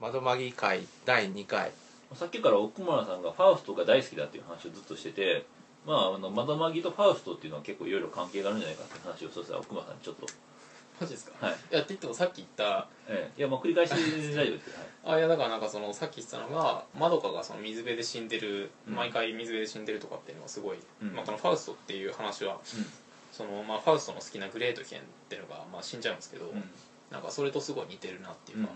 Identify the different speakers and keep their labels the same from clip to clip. Speaker 1: 窓まぎ会第2回
Speaker 2: さっきから奥村さんがファウストが大好きだっていう話をずっとしててまああの窓マギとファウストっていうのは結構いろいろ関係があるんじゃないかって話をそうしたら奥村さんにちょっと
Speaker 1: マジですか
Speaker 2: はい、
Speaker 1: いやって言ってもさっき言った
Speaker 2: ええ、いやまあ繰り返しで大丈夫ですよ、はい
Speaker 1: あいやだからなんかそのさっき言ってたのがまどかがその水辺で死んでる、
Speaker 2: うん
Speaker 1: 毎回水辺で死んでるとかっていうのがすごい、
Speaker 2: うん
Speaker 1: まあ、このファウストっていう話は、
Speaker 2: うん
Speaker 1: そのまあ、ファウストの好きなグレートヒェンっていうのが、まあ、死んじゃうんですけど、
Speaker 2: うん
Speaker 1: なんかそれとすごい似てるなっていうか、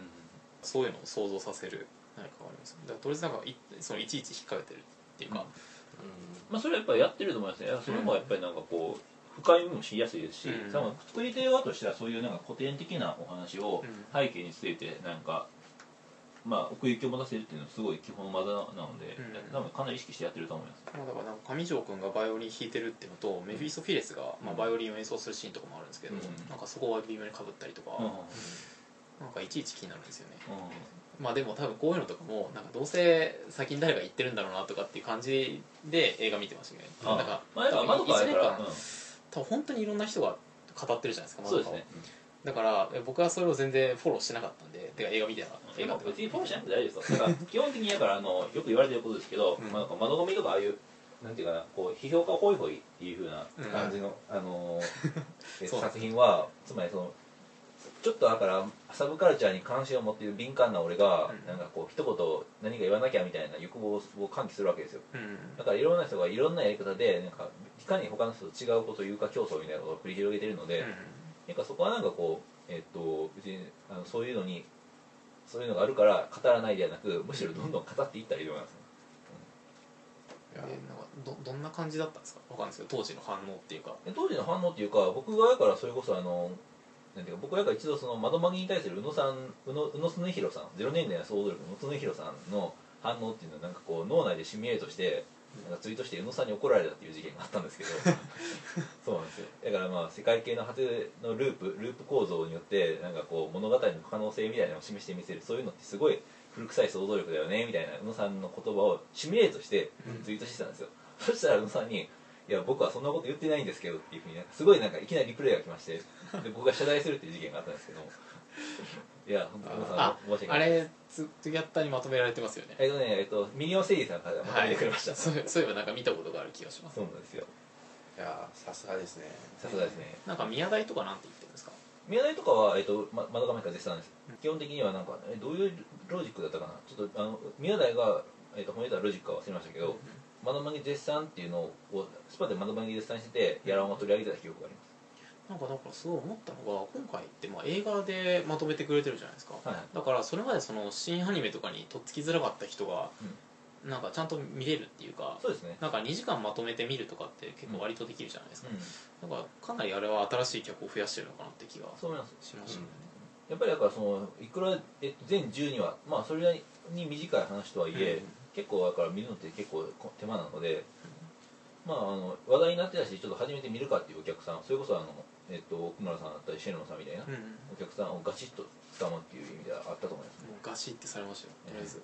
Speaker 1: そういうのを想像させる何かがありますねだからとりあえずなんかいそのいちいち引っ掛けてるっていうか、
Speaker 2: まあ、それはやっぱりやってると思いますねそれもやっぱりなんかこう深みもしやすいですし、
Speaker 1: うん
Speaker 2: 多分作り手側としてはそういうなんか古典的なお話を背景についてなんか、まあ、奥行きを持たせるっていうのはすごい基本の技なので、
Speaker 1: うん
Speaker 2: 多分かなり意識してやってると思います
Speaker 1: まあ、だからなんか上条君がバイオリン弾いてるっていうのとメフィストフィレスが、まあ、バイオリンを演奏するシーンとかもあるんですけど、
Speaker 2: うん
Speaker 1: なんかそこは微妙にかぶったりとか、
Speaker 2: うん
Speaker 1: なんかいちいち気になるんですよね
Speaker 2: うん
Speaker 1: まあでも多分こういうのとかもなんかどうせ先に誰が言ってるんだろうなとかっていう感じで映画見てましたねなんか
Speaker 2: あまあだから窓から
Speaker 1: い
Speaker 2: や
Speaker 1: ず
Speaker 2: か
Speaker 1: れ
Speaker 2: ら、
Speaker 1: か
Speaker 2: う
Speaker 1: 多分本当にいろんな人が語ってるじゃないですか
Speaker 2: ん、そうです
Speaker 1: 窓
Speaker 2: ね
Speaker 1: か、をだからえ僕はそれを全然フォローしてなかったんでてか映画見てなかった
Speaker 2: え
Speaker 1: 映
Speaker 2: ま
Speaker 1: 画
Speaker 2: あ
Speaker 1: とか
Speaker 2: 別にフォローしなくて大丈夫ですよだ から基本的にだからあのよく言われてることですけど、
Speaker 1: うん
Speaker 2: まあ、なんか窓ゴミとかああいうなんていうかなこう批評家ホイホイっていうふうな
Speaker 3: 感じの、あ のーえ
Speaker 1: そう
Speaker 3: 作品はつまりそのちょっとだからサブカルチャーに関心を持っている敏感な俺が、
Speaker 1: うん
Speaker 3: なんかこう一言何か言わなきゃみたいな欲望を喚起するわけですよ
Speaker 1: うん
Speaker 3: だからいろんな人がいろんなやり方でなんかいかに他の人と違うことを言うか競争みたいなことを繰り広げてるので、なんかそこはなんかこう、えっと別にあのそういうのにそういうのがあるから語らないではなくむしろどんどん語っていったらいいと思いますね、
Speaker 1: えなんかどどんな感じだったんですかわかんないですけど当時の反応っていうか
Speaker 3: で当時の反応っていうか僕がだからそれこそあのなんていうか僕がだから一度その窓マギに対する宇野さん宇野宇野恒弘さんゼロ年代の想像力の宇野恒弘さんの反応っていうのはなんかこう脳内でシミュレートしてなんかツイートして宇野さんに怒られたっていう事件があったんですけどそうなんですよだからまあ世界系の果てのループループ構造によってなんかこう物語の可能性みたいなのを示してみせるそういうのってすごい古臭い想像力だよねみたいな宇野さんの言葉をシミュレートしてツイートしてたんですよ、そしたら宇野さんに「いや僕はそんなこと言ってないんですけど」っていうふうになんかすごいなんかいきなりリプレイが来ましてで僕が謝罪するっていう事件があったんですけどいや本当宇野さ
Speaker 1: あ
Speaker 3: ん申し訳
Speaker 1: あ
Speaker 3: ない
Speaker 1: れツツヤッターにまとめられてますよね
Speaker 3: えっとねえっとミリオンセリーさんからまとめてくれました、
Speaker 1: そういそういえばなんか見たことがある気がします
Speaker 3: そうなんですよ
Speaker 4: いやーさすがですね
Speaker 3: さすがですね
Speaker 1: なんか宮台とかなんて言ってるんですか
Speaker 3: 宮台とかは、えっと、ま窓かメか絶賛です、基本的にはなんかえどういうロジックだったかなちょっとあの宮台が、えっと、褒めてたロジックか忘れましたけど、窓マギ絶賛っていうのをこうスパで窓マギ絶賛しててやらんを取り上げてた記憶があり
Speaker 1: なんかだからすごい思ったのが今回ってまあ映画でまとめてくれてるじゃないですか、
Speaker 3: ます、はい
Speaker 1: だからそれまでその新アニメとかにとっつきづらかった人がなんかちゃんと見れるっていうか
Speaker 3: そうですね、
Speaker 1: なんか2時間まとめて見るとかって結構割とできるじゃないですか
Speaker 3: うん、
Speaker 1: なんかかなりあれは新しい客を増やしてるのかなって気が
Speaker 3: そう思います
Speaker 1: しましたね
Speaker 3: やっぱりだからそのいくらえ全12話まあそれなりに短い話とはいえ、
Speaker 1: うん
Speaker 3: 結構だから見るのって結構こ手間なので、まああの話題になってたしちょっと初めて見るかっていうお客さんそれこそあの、えっと、奥村さんだったりシェルノさんみたいな、
Speaker 1: うん、も
Speaker 3: お客さんをガチッと掴むっていう意味ではあったと思います
Speaker 1: うガシってされましたよとりあえず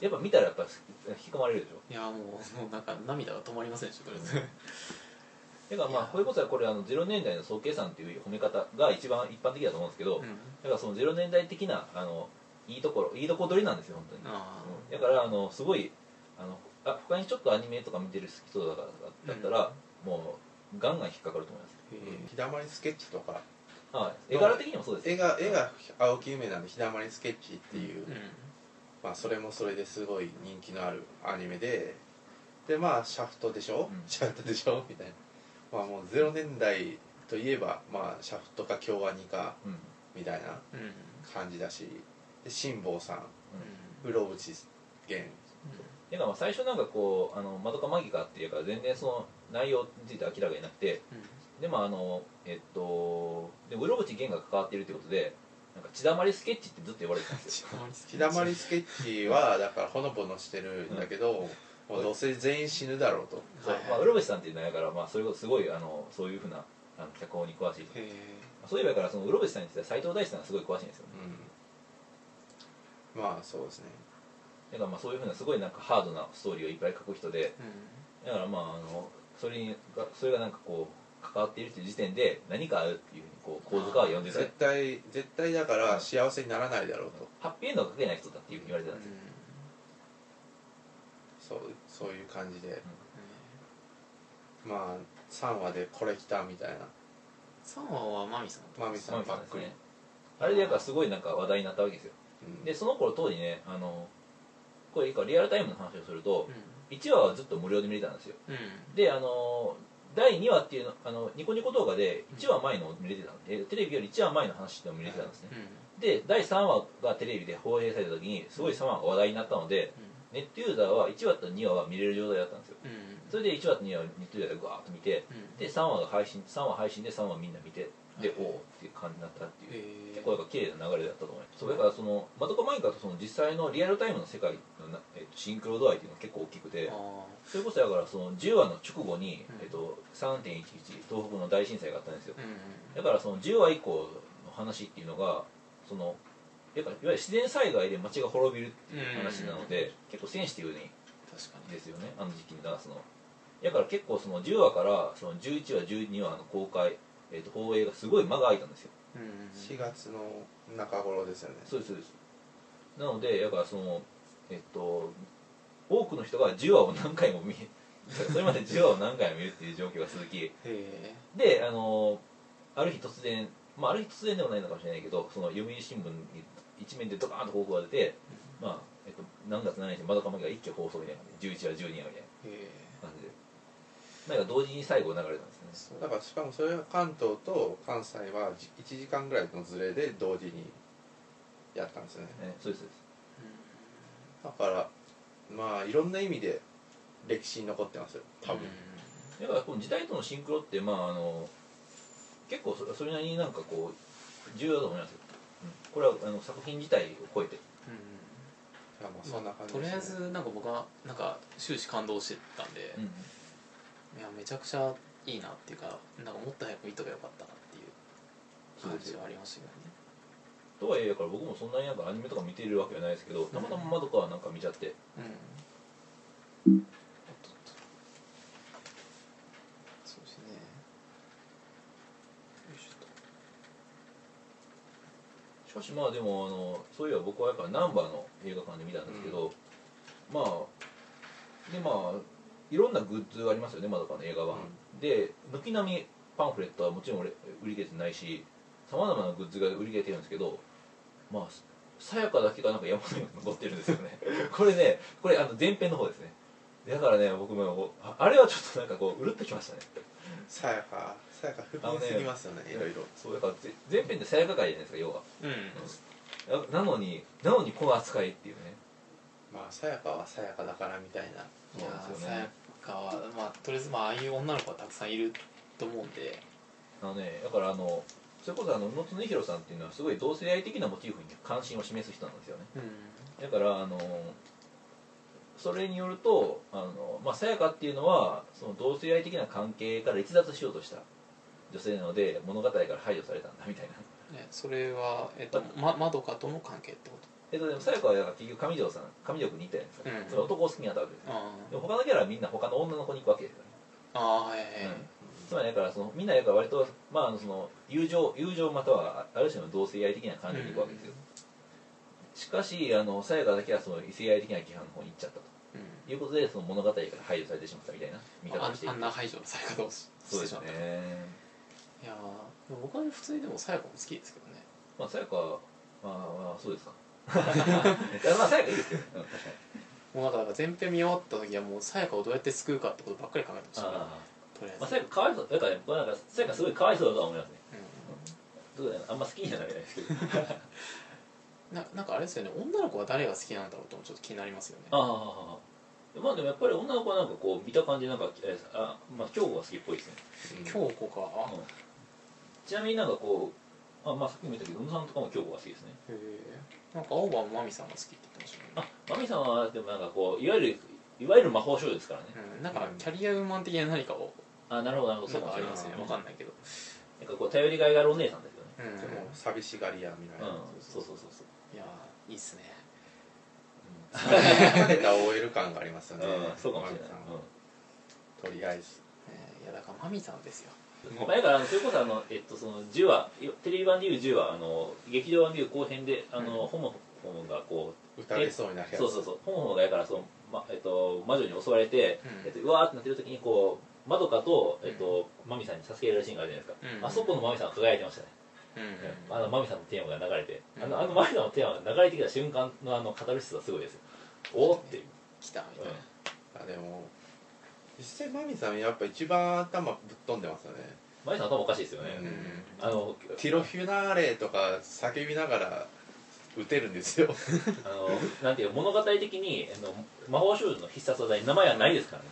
Speaker 3: やっぱ見たらやっぱ引き込まれるでしょ
Speaker 1: いやもうもうなんか涙が止まりませんでしたとりあえず
Speaker 3: だからま
Speaker 1: い
Speaker 3: あ
Speaker 1: や
Speaker 3: こういうことはこれあの0年代の総計算っていう褒め方が一番一般的だと思うんですけど、
Speaker 1: う
Speaker 3: だ
Speaker 1: ん
Speaker 3: からその0年代的なあのいいところいいとこ取りなんですよ本当に
Speaker 1: あ
Speaker 3: だからあのすごいあのあ他にちょっとアニメとか見てる人だからだったら、もうガンガン引っかかると思います
Speaker 1: ーへー
Speaker 4: 日だまりスケッチとか
Speaker 3: はい絵柄的にもそうです
Speaker 4: 絵が絵が青木梅なんで「日だまりスケッチ」っていう、
Speaker 1: うん
Speaker 4: まあ、それもそれですごい人気のあるアニメででまあシャフトでしょ、
Speaker 3: うん
Speaker 4: シャフトでしょみたいなまあもう0年代といえばまあシャフトか京アニか
Speaker 3: うん
Speaker 4: みたいな
Speaker 1: うんうん
Speaker 4: 感じだしで辛坊さん室伏源
Speaker 3: だからまあ最初なんかこう「あのマドカマギカ」っていうから全然その内容について明らかになくて
Speaker 1: うん
Speaker 3: でもあのえっとで室伏源が関わってるってことでなんか血だまりスケッチってずっと言われてたんですよ
Speaker 4: 日だまりスケッチはだからほのぼのしてるんだけど、もうどうせ全員死ぬだろうと
Speaker 3: そ う
Speaker 1: はいはい
Speaker 3: まあ、室伏さんっていう名前から、まあ、それこそすごいあのそういうふうなあの脚本に詳しい人
Speaker 1: へ
Speaker 3: そういえばだからその室伏さんについては斎藤大志さんがすごい詳しいんですよね
Speaker 4: うんまあそうですね
Speaker 3: だからまあそういうふうなすごいなんかハードなストーリーをいっぱい書く人で
Speaker 1: え
Speaker 3: だからまああのそれにがそれがなんかこう関わっているという時点で何かあるっていうふうにこう構図化は読んでた
Speaker 4: 絶対絶対だから幸せにならないだろうと、
Speaker 3: ハッピーエンドをかけない人だっていうふうに言われてたんですよ、
Speaker 4: そうそういう感じで、まあ3話でこれ来たみたいな
Speaker 1: 3話はマミさんと
Speaker 4: マミさん
Speaker 3: ま
Speaker 4: ば
Speaker 3: あ
Speaker 4: っかり、
Speaker 3: あれでやっぱすごいなんか話題になったわけですよ
Speaker 4: うん
Speaker 3: でその頃当時ねあのこれいいかリアルタイムの話をすると1話はずっと無料で見れたんですよ
Speaker 1: うん、うん、
Speaker 3: であの第2話っていうのあのニコニコ動画で1話前のを見れてたんでテレビより1話前の話っていうのを見れてたんですね
Speaker 1: うん
Speaker 3: で第3話がテレビで放映された時にすごい3話が話題になったのでネットユーザーは1話と2話は見れる状態だったんですよ
Speaker 1: うんうん
Speaker 3: それで1話と2話をネットユーザーでガーッと見て
Speaker 1: うん
Speaker 3: で3話が配信3話配信で3話みんな見てでおおっていう感じになったっていう
Speaker 1: え
Speaker 3: 結構やっぱ綺麗な流れだったと思いますそうだからそのマトカマイカとその実際のリアルタイムの世界のな、えっとシンクロ度合いっていうのが結構大きくて
Speaker 1: あ
Speaker 3: それこそだからその10話の直後に
Speaker 1: う、ん
Speaker 3: えっと3.11東北の大震災があったんですよ
Speaker 1: ーうん
Speaker 3: だからその10話以降の話っていうのがそのやっぱいわゆる自然災害で町が滅びるっていう話なので、結構センシティブに
Speaker 1: 確かに
Speaker 3: ですよねあの時期に流すのだから結構その10話からその11話12話の公開、えっと放映がすごい間が空いたんですよ
Speaker 1: うんうん
Speaker 4: 4月の中頃ですよね
Speaker 3: そうですそうですなのでだからそのえっと多くの人が10話を何回も見それまで10話を何回も見るっていう状況が続き
Speaker 1: へ
Speaker 3: であのある日突然まあある日突然でもないのかもしれないけどその読売新聞に一面でドカーンと報告が出て、まあえっと、何月何日に窓かまきが一挙放送みたいな感じで11話12話みたい
Speaker 1: えへ
Speaker 3: な感じでなんか同時に最後流れたんですね
Speaker 4: だからしかもそれは関東と関西はじ1時間ぐらいのズレで同時にやったんですよね
Speaker 3: ねそうですそうです
Speaker 4: だからまあいろんな意味で歴史に残ってますよ多分、
Speaker 3: だからこの時代とのシンクロってまああの結構そそれなりになんかこう重要だと思いますよ、うんこれはあの作品自体を超えて
Speaker 1: うん
Speaker 4: いやまあ
Speaker 1: ま
Speaker 4: そ
Speaker 1: あ
Speaker 4: んな感じ
Speaker 1: と
Speaker 4: で
Speaker 1: りあえ
Speaker 4: すね
Speaker 1: ずなんか僕はなんか終始感動してたんで、
Speaker 3: うん
Speaker 1: いやめちゃくちゃいいなっていうかなんかもっと早く見とけばよかったなっていう
Speaker 3: そう
Speaker 1: 感
Speaker 3: です
Speaker 1: じ
Speaker 3: よ
Speaker 1: はありましたけどね
Speaker 3: とはいえだから僕もそんなになんかアニメとか見てるわけじゃないですけどたまたま窓かはなんか見ちゃって
Speaker 1: うんおっとっとそうですねよいしょっと
Speaker 3: しかしまあでもあのそういえば僕はやっぱナンバーの映画館で見たんですけど、まあでまあいろんなグッズがありますよね窓かの映画は、で軒並みパンフレットはもちろん売れ売り切れてないしさまざまなグッズが売り切れてるんですけどまあさやかだけがなんか山のように残ってるんですよねこれねこれあの前編の方ですねだからね僕もああれはちょっとなんかこううるっときましたね
Speaker 4: さやかさやか不憫すぎますよねいろいろ
Speaker 3: そうだからぜ前編でさやか会じゃないですか要は
Speaker 1: うん
Speaker 3: あなのになのにこの扱いっていうね
Speaker 4: まあさやかはさやかだからみたいない
Speaker 1: や
Speaker 3: そうなん
Speaker 1: ー
Speaker 3: ですよ
Speaker 1: さ
Speaker 3: ね
Speaker 1: やかはまあとりあえずまあああいう女の子はたくさんいると思うんで
Speaker 3: あのねだからあのそれこそあの宇野恒弘さんっていうのはすごい同性愛的なモチーフに関心を示す人なんですよね
Speaker 1: うん
Speaker 3: だからあのそれによるとあの、まあ、さやかっていうのはその同性愛的な関係から逸脱しようとした女性なので物語から排除されたんだみたいな
Speaker 1: ねそれはえっとままどかとの関係ってこ
Speaker 3: えっとでもさやかはだから結局上条さん上条君に行ったじゃないです
Speaker 1: うん
Speaker 3: か、それ男を好きになったわけです
Speaker 1: と
Speaker 3: よ
Speaker 1: あ
Speaker 3: でも他のキャラはみんな他の女の子に行くわけですよね
Speaker 1: あああはいはいはい
Speaker 3: うんつまりだからそのみんなだから割と、まあ、あのその友情友情またはある種の同性愛的な感情に行くわけですよ、しかしあのさやかだけはその異性愛的な規範の方に行っちゃったと
Speaker 1: うん
Speaker 3: いうことでその物語から排除されてしまったみたいな見方
Speaker 1: あ
Speaker 3: をしてい
Speaker 1: あ
Speaker 3: る
Speaker 1: んな排除のさやかをし
Speaker 3: そう
Speaker 1: て
Speaker 3: で
Speaker 1: し
Speaker 3: す
Speaker 1: まった、
Speaker 3: ね
Speaker 1: いやーでも僕は普通にでもさやかも好きですけどね
Speaker 3: まあさやかはまあまあそう ですかいやまあさやかいいですけど、うん確かに
Speaker 1: もうなんかだから前編見終わった時はもうさやかをどうやって救うかってことばっかり考えてましたから
Speaker 3: あ
Speaker 1: とりあえ
Speaker 5: まあ、
Speaker 1: ず、
Speaker 5: さやかかわいそうだからね僕はなんかさやかすごいかわいそうだとは思いますね
Speaker 1: う
Speaker 5: どうだろうあんま好きにはなれないですけど
Speaker 1: ん、ななんかあれですよね女の子は誰が好きなんだろうともちょっと気になりますよね
Speaker 5: ああまあでもやっぱり女の子はなんかこう見た感じなんかえーあまあ京子が好きっぽいですね
Speaker 4: う
Speaker 1: 京
Speaker 4: ん
Speaker 1: 子かあ
Speaker 5: うんちなみになんかこうあまあさっきも言ったけど宇野さんとかも京子が好きですね
Speaker 1: へえんか青葉真美さんが好きって言ってましたね
Speaker 5: あマミさんはでもなんかこういわゆるいわゆる魔法少女ですからね
Speaker 1: うん、なんかキャリアウーマン的な何かを
Speaker 5: あなるほどなるほどそう
Speaker 1: な
Speaker 5: んかもし
Speaker 1: かあ
Speaker 5: れ
Speaker 1: り
Speaker 5: ない
Speaker 1: ますねわかんないけど
Speaker 5: なんかこう頼りがいがあるお姉さんですよね
Speaker 1: うん
Speaker 4: でも寂しがり屋みたいな
Speaker 5: うんそうそうそうそう
Speaker 1: いやーいいっすね
Speaker 4: 疲れた OL 感がありますよね
Speaker 5: うんそうかもしれない
Speaker 4: マミさん
Speaker 5: うん
Speaker 4: とりあえず
Speaker 1: えーいやだからマミさんですよもう
Speaker 3: まあだからあのそれこそあの、えっと、その10話よテレビ版でいう10話あの劇場版でいう後編であの、ホモホモがこ
Speaker 4: 打たれそうになる
Speaker 3: う
Speaker 4: やつ
Speaker 3: そうそうそうホモホモがやからその、まえっと、魔女に襲われて、
Speaker 1: うん
Speaker 3: えっと、うわーってなってる時にこうまどかと、えっと、マミさんに助けられるシーンがあるじゃないですか、
Speaker 1: うん
Speaker 3: あそこのマミさんが輝いてましたね、
Speaker 1: うん
Speaker 3: あのマミさんのテーマが流れて、あ
Speaker 1: う
Speaker 3: の
Speaker 1: ん
Speaker 3: あのマミさんのテーマが流れてきた瞬間のあのカタルシスはすごいですよおーっていう、
Speaker 1: 来たみたいな、
Speaker 4: あでも実際マミさんやっぱ一番頭ぶっ飛んでますよね、
Speaker 3: マミさん頭おかしいですよね、
Speaker 4: うん
Speaker 3: あの
Speaker 4: ティロフィナーレとか叫びながら打てるんですよ
Speaker 3: あのなんていう物語的にあの魔法少女の必殺技に名前はないですからね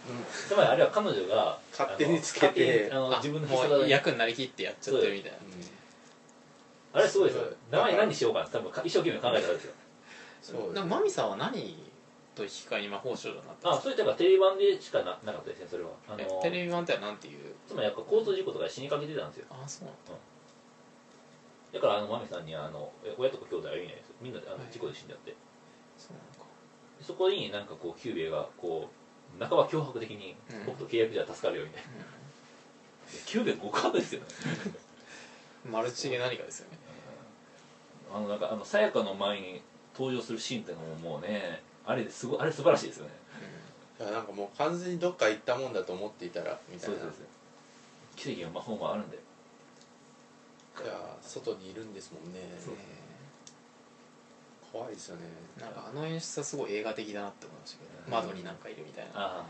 Speaker 3: つまりあれは彼女が
Speaker 4: 勝手につけて
Speaker 3: あの勝手にあの自分の必
Speaker 1: も
Speaker 3: 殺技
Speaker 1: う
Speaker 3: に
Speaker 1: 役になりきってやっちゃってるみたいな
Speaker 3: あれすごいですよ
Speaker 4: そう
Speaker 3: 名前何にしようかなって多分一生懸命考えたんですよ
Speaker 4: そう
Speaker 1: でもマミさんは何と引き換えに魔法少女になったん
Speaker 3: あ
Speaker 1: です
Speaker 3: そういったからテレビ版でしかななかったですねそれはあ
Speaker 1: か
Speaker 3: の
Speaker 1: えテレビ版ってなんていう
Speaker 3: つまりやっぱ交通事故とかで死にかけてたんですよ
Speaker 1: あそうなんだ
Speaker 3: だからあのマミさんにはあのえ親とか兄弟は言えないですよみんなあ
Speaker 1: は
Speaker 3: の
Speaker 1: い
Speaker 3: 事故で死んじゃって、
Speaker 1: そうなのか
Speaker 3: そこになんかこうキューベがこう半ば脅迫的に
Speaker 1: うん
Speaker 3: 僕と契約じゃ助かるよみたいな、キューベ極悪ですよね
Speaker 1: うんマルチで何かですよね
Speaker 3: あのなんかあのさやかの前に登場するシーンってのももうねあれですごいあれ素晴らしいですよね
Speaker 4: いやなんかもう完全にどっか行ったもんだと思っていたらみたい
Speaker 3: そう
Speaker 4: な
Speaker 3: ですそうです奇跡の魔法もあるんだよ
Speaker 4: いや外にいるんですもんね
Speaker 1: うんね
Speaker 4: 怖いですよね
Speaker 1: えなんかあの演出はすごい映画的だなって思いましたけど、
Speaker 3: うん
Speaker 1: 窓になんかいるみたいな
Speaker 3: あ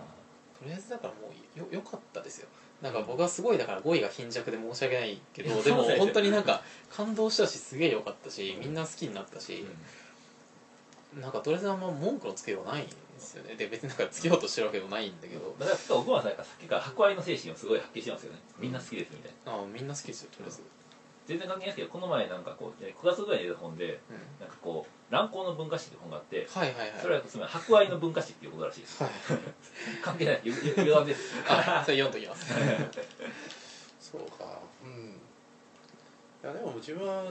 Speaker 1: とりあえずだからもうよよかったですよなんか僕はすごいだから語彙が貧弱で申し訳ないけどでも本当になんか感動したしすげえよかったしみんな好きになったし、なんかとりあえずあんま文句のつけようないんですよねで別になんかつけようとしてるわけでもないんだけど
Speaker 3: だから結構奥村さんがさっきから博愛の精神をすごい発揮してますよねみんな好きですみたいな
Speaker 1: ああみんな好きですよとりあえず、
Speaker 3: 全然関係ないですけどこの前なんかこう9月ぐらいに出た本で
Speaker 1: うん、
Speaker 3: なんかこう「乱行の文化史」っていう本があって
Speaker 1: はいはいはい
Speaker 3: それはつまり博愛の文化史っていうことらしいです
Speaker 1: はい
Speaker 3: 関係ないよよ余談です
Speaker 1: あ それ読んどきます
Speaker 4: そうかうんいやでも自分は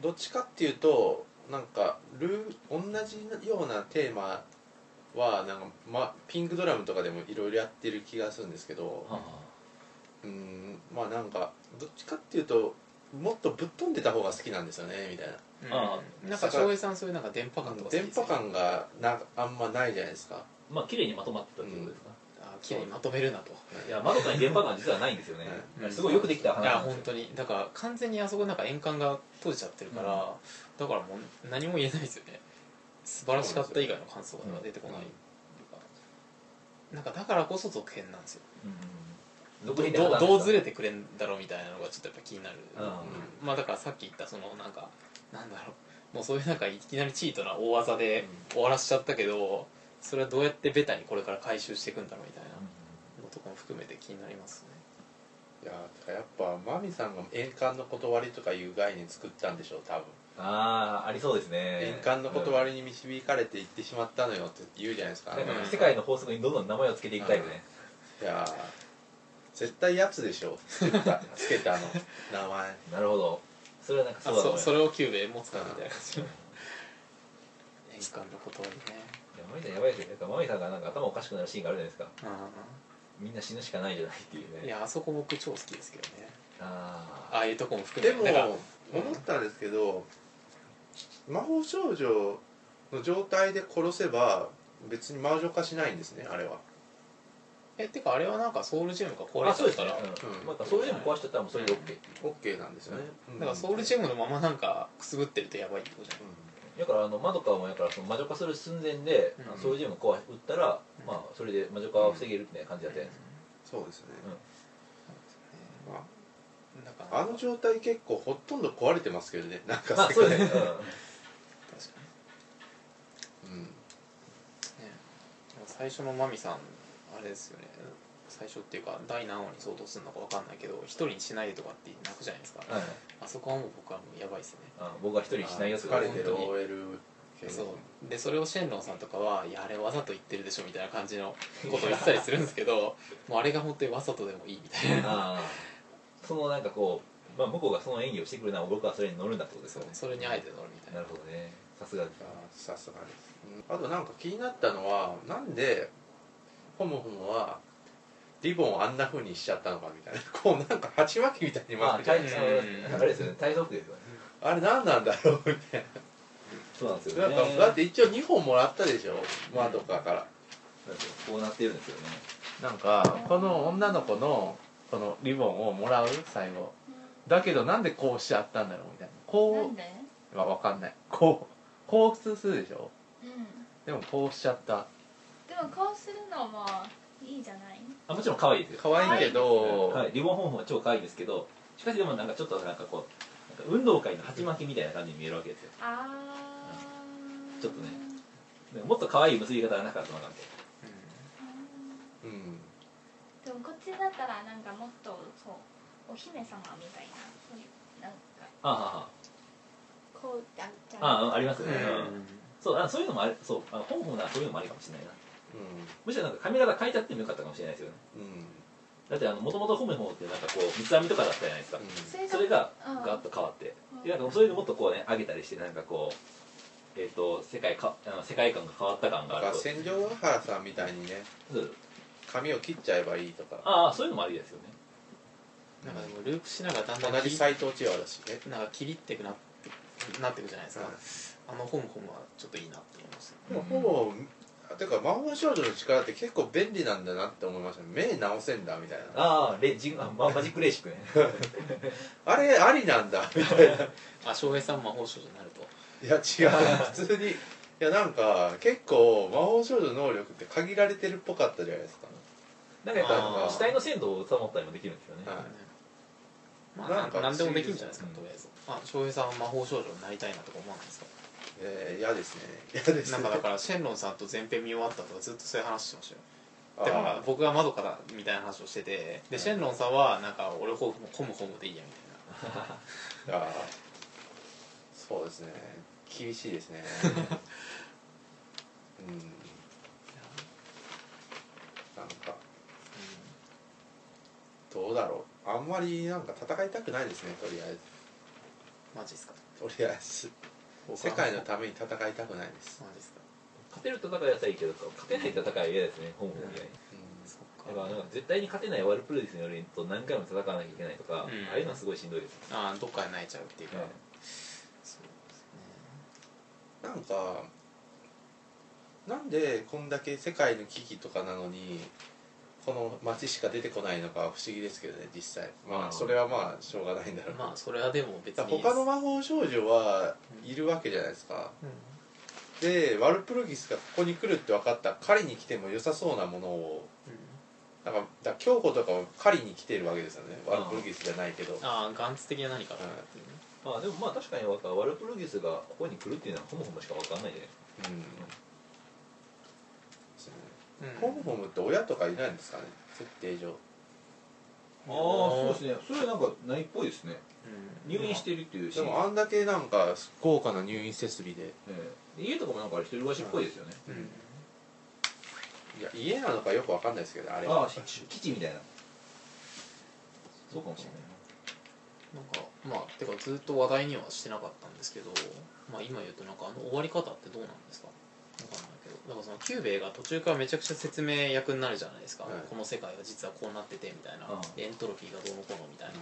Speaker 4: どっちかっていうとなんかルー同じようなテーマはなんか、ま、ピンクドラムとかでもいろいろやってる気がするんですけどうんまあなんかどっちかっていうともっとぶっ飛んでた方が好きなんですよねみたいな
Speaker 1: うん
Speaker 3: あ
Speaker 1: なんか翔平さんそういうなんか電波感とか好き
Speaker 4: 電
Speaker 1: です
Speaker 4: 波
Speaker 1: よ
Speaker 4: 感がなあんまないじゃないですか
Speaker 3: まあ綺麗にまとまってたってことですか、
Speaker 1: ああ綺麗にまとめるなと
Speaker 3: いやまどかに電波感実はないんですよね、
Speaker 1: うん
Speaker 3: すごいよくできた
Speaker 1: い
Speaker 3: 話
Speaker 1: や
Speaker 3: なんですよ
Speaker 1: 本当にだから完全にあそこなんか円環が閉じちゃってるから、だからもう何も言えないですよね素晴らしかった以外の感想が出てこない、なんかだからこそ続編なんですよど
Speaker 3: 続編で
Speaker 1: ど
Speaker 3: 話
Speaker 1: どう
Speaker 3: した
Speaker 1: ずれてくれんだろうみたいなのがちょっとやっぱ気になる、
Speaker 3: うん
Speaker 1: まあだからさっき言ったそのなんかなんだろうもうそういうなんかいきなりチートな大技で終わらしちゃったけどそれはどうやってベタにこれから回収していくんだろうみたいなのとかも含めて気になりますね
Speaker 4: いやだからやっぱマミさんが円環の断りとかいう概念作ったんでしょう多分
Speaker 6: ああありそうですね
Speaker 4: 円環の断りに導かれていってしまったのよって言うじゃないですか、
Speaker 6: うんなん
Speaker 1: う
Speaker 6: か
Speaker 1: ん
Speaker 6: 世界の法則にどんどん名前を付けていくタイプね
Speaker 4: いやー絶対やつでしょつけたつけたあの名前
Speaker 6: なるほどそれはなんか
Speaker 1: あ
Speaker 6: そうだと思いま
Speaker 1: そ
Speaker 6: す
Speaker 1: それをキューベ持つかみたいな感 じの円環の断りね
Speaker 6: いやマミさんやばいですよなんかマミさんがなんか頭おかしくなるシーンがあるじゃないですか
Speaker 1: う
Speaker 6: みんな死ぬしかないじゃないっていうん
Speaker 1: い
Speaker 6: ね
Speaker 1: やあそこ僕超好きですけどね
Speaker 6: あ
Speaker 1: ああいうとこも含
Speaker 4: で
Speaker 1: めてだ
Speaker 4: も
Speaker 1: からうん
Speaker 4: 思ったんですけど魔法少女の状態で殺せば別に魔女化しないんですねあれは
Speaker 1: えてかあれはなんかソウルジェムが壊
Speaker 6: あ
Speaker 1: れ
Speaker 6: あ
Speaker 1: ち
Speaker 6: そう
Speaker 1: ゃ
Speaker 6: で
Speaker 1: っ
Speaker 6: す
Speaker 1: た
Speaker 6: ね
Speaker 1: ら、
Speaker 4: う
Speaker 6: うんんまあそういうの壊しちゃったらもうそれで OK
Speaker 4: ケーなんですよね、
Speaker 1: だからソウルジェムのままなんかくすぶってるとやばいってことじゃ
Speaker 4: う
Speaker 6: だからあのマドカもやからその魔女化する寸前で、
Speaker 1: うん
Speaker 6: あのソウルジェムを壊し撃ったら、
Speaker 1: うん
Speaker 6: まあそれで魔女化を防げるみたいな感じだ
Speaker 1: な
Speaker 6: っ
Speaker 1: い
Speaker 6: たや
Speaker 1: です
Speaker 6: つ、
Speaker 4: んそうですね、ま
Speaker 1: だか
Speaker 4: あ、
Speaker 1: ら
Speaker 4: あの状態結構ほとんど壊れてますけどねなんか
Speaker 6: まあそうですね、
Speaker 1: 確か
Speaker 4: うん
Speaker 1: にねでも最初のマミさんあれですよね最初っていうか第何話に相当するのかわかんないけど一人にしないでとかって泣くじゃないですか
Speaker 6: うんはい、
Speaker 1: あそこはもう僕はもうやばいですね
Speaker 6: あ僕は一人にしないよってこと
Speaker 4: 疲
Speaker 6: で
Speaker 4: れ
Speaker 6: す
Speaker 4: て
Speaker 6: ね
Speaker 4: る
Speaker 6: 本当に
Speaker 4: OL 系
Speaker 1: そうでそれをシェンロンさんとかは「いやあれわざと言ってるでしょ」みたいな感じのことを言ってたりするんですけどもうあれが本当にわざとでもいいみたいな
Speaker 6: ああそのなんかこう、まあ、向こうがその演技をしてくるなら僕はそれに乗るんだってことです
Speaker 1: そ
Speaker 6: よ
Speaker 1: う
Speaker 6: ね
Speaker 1: それにあえて乗るみたい
Speaker 6: な
Speaker 1: な
Speaker 6: るほどねさすが
Speaker 4: あさすがです、うんあとなんか気になったのはなんでホモホモはリボンをあんなふうにしちゃったのかみたいな こうなんか鉢巻きみたいに
Speaker 3: ま
Speaker 4: 巻
Speaker 3: あ
Speaker 4: くじゃ
Speaker 3: 体
Speaker 4: ん
Speaker 1: い
Speaker 3: 操あれですよね体操服ですよね
Speaker 4: あれ何なんだろうみたい
Speaker 3: そうなんです
Speaker 4: な
Speaker 3: よ
Speaker 4: な
Speaker 3: ね
Speaker 4: んかだって一応2本もらったでしょマドカから
Speaker 3: なんかこうなってるんですよね
Speaker 7: なんかこの女の子のこのリボンをもらう最後だけどなんでこうしちゃったんだろうみたいな
Speaker 8: な
Speaker 7: こ
Speaker 8: んで
Speaker 7: うは分かんないこうこうするでしょ
Speaker 8: うん
Speaker 7: でもこうしちゃった
Speaker 8: でもこうするのもいいじゃない
Speaker 3: あもちろん可愛いですよ
Speaker 4: 可愛いけど、
Speaker 3: はい、リボン方法は超可愛いんですけどしかしでもなんかちょっとなんかこうなんか運動会の鉢巻きみたいな感じに見えるわけですよ
Speaker 8: あー
Speaker 3: ちょっとねでももっと可愛い結び方がなかったのかみ
Speaker 4: うん
Speaker 8: でもこっちだったらなんかもっとそうお姫様みたいなそういうなん
Speaker 3: た
Speaker 8: か
Speaker 3: いなあ
Speaker 8: こうだじゃ
Speaker 3: あああああああり
Speaker 8: ま
Speaker 3: ますよね、うんそうあそういうのもあれそうあ本本ならそういうのもありかもしれないなむしろなんか髪型変えたってもよかったかもしれないですよね
Speaker 4: うんうん
Speaker 3: だってあのもともと褒め方ってなんかこう三つ編みとかだったじゃないですか、
Speaker 8: それが
Speaker 3: それが
Speaker 8: うん
Speaker 3: ガッと変わって、
Speaker 8: うん
Speaker 3: でなんかそういうのもっとこうね上げたりしてなんかこうえっ、と世界かあの世界観が変わった感が
Speaker 4: だ
Speaker 3: あ
Speaker 4: から
Speaker 3: ると
Speaker 4: 千両ヶ原さんみたいにね
Speaker 3: そう
Speaker 4: 髪を切っちゃえばいいとか
Speaker 3: ああそういうのもありですよね
Speaker 1: なんかでもループしながらだんだ
Speaker 4: 同
Speaker 1: ん
Speaker 4: じ斎藤千代だしね
Speaker 1: なんかキリってくなってなってくじゃないですか、あのホムホムはちょっといいなって思います
Speaker 4: でもほぼ、あてか魔法少女の力って結構便利なんだなって思いましたね目直せんだみたいな
Speaker 3: ああレジンあママジックレーシック ね
Speaker 4: あれありなんだみたいな
Speaker 1: あ翔平さん魔法少女になると
Speaker 4: いや違う普通にいやなんか結構魔法少女能力って限られてるっぽかったじゃないですか、
Speaker 3: なんかやっぱ
Speaker 1: あー
Speaker 3: 死体の鮮度を保ったりもできるんですよね、
Speaker 4: はい
Speaker 1: まあ
Speaker 4: な
Speaker 1: なんん
Speaker 4: か
Speaker 1: 何でもできるんじゃないですか、
Speaker 3: うん
Speaker 1: とりあえずあ翔平さんは魔法少女になりたいなとか思わないですか
Speaker 4: えー嫌ですね嫌です
Speaker 1: な
Speaker 4: ね
Speaker 1: んかだからシェンロンさんと全編見終わったとかずっとそういう話してましたよ
Speaker 4: あー
Speaker 1: だから僕が窓からみたいな話をしててでシェンロンさんはなんか俺ホムホムホムでいいやみたいな
Speaker 4: あーそうですね厳しいです ねうんなんかどうだろうあんまりなんか戦いたくないですねとりあえず
Speaker 1: マジですか
Speaker 4: とりあえず世界のために戦いたくないです、
Speaker 1: マジですか
Speaker 3: 勝てる戦いはしたらいいけど勝てない戦いは嫌ですね本国以外に
Speaker 4: うん
Speaker 1: そ
Speaker 3: だ
Speaker 1: っ
Speaker 3: か
Speaker 1: から
Speaker 3: なんか絶対に勝てないワルプルディスのよりと何回も戦わなきゃいけないとか、
Speaker 1: うん
Speaker 3: ああいうのはすごいしんどいですね、
Speaker 1: あーどっかで泣いちゃうっていうか、
Speaker 3: はい
Speaker 1: そうです
Speaker 4: なんかなんでこんだけ世界の危機とかなのにこの街しか出てこないのかは不思議ですけどね実際ま
Speaker 3: う
Speaker 4: あ
Speaker 3: ん
Speaker 4: それはまあしょうがないんだろ
Speaker 1: ね
Speaker 4: う、
Speaker 1: まあそれはでも別
Speaker 4: だ
Speaker 1: に
Speaker 4: から他の魔法少女はいるわけじゃないですかでワルプルギスがここに来るって分かった狩りに来ても良さそうなものを
Speaker 1: うんうん
Speaker 4: なんかだから強固とかは狩りに来てるわけですよねワルプルギスじゃないけど、
Speaker 1: ああガンツ的な何かだっていうね
Speaker 3: まあでもまあ確かにわかワルプルギスがここに来るっていうのはほぼほぼしかわかんないじゃないですか
Speaker 4: うん
Speaker 1: うん
Speaker 4: ホムホムって親とかいないんですかね設定
Speaker 1: あ
Speaker 4: 上
Speaker 1: ーそうです
Speaker 3: ねそれなんかないっぽいですね
Speaker 1: うん
Speaker 3: 入院してるっていうシ
Speaker 4: で
Speaker 3: ーン、
Speaker 4: もあんだけなんか豪華な入院設備で
Speaker 3: ええ家とかもなんか一人暮らしっぽいですよね、
Speaker 1: うん
Speaker 4: いや家なのかよくわかんないですけどねあれ
Speaker 3: あ
Speaker 4: は
Speaker 3: あし基地みたいなそうかもしれ
Speaker 1: なん
Speaker 3: ない
Speaker 1: かまあてかずっと話題にはしてなかったんですけど、まあ、今言うとなんかあの終わり方ってどうなんですかわかんないけどだからそのキューベが途中からめちゃくちゃ説明役になるじゃないですか、
Speaker 4: はい
Speaker 1: この世界は実はこうなっててみたいな、
Speaker 3: うん
Speaker 1: エントロピーがどうのこうのみたいな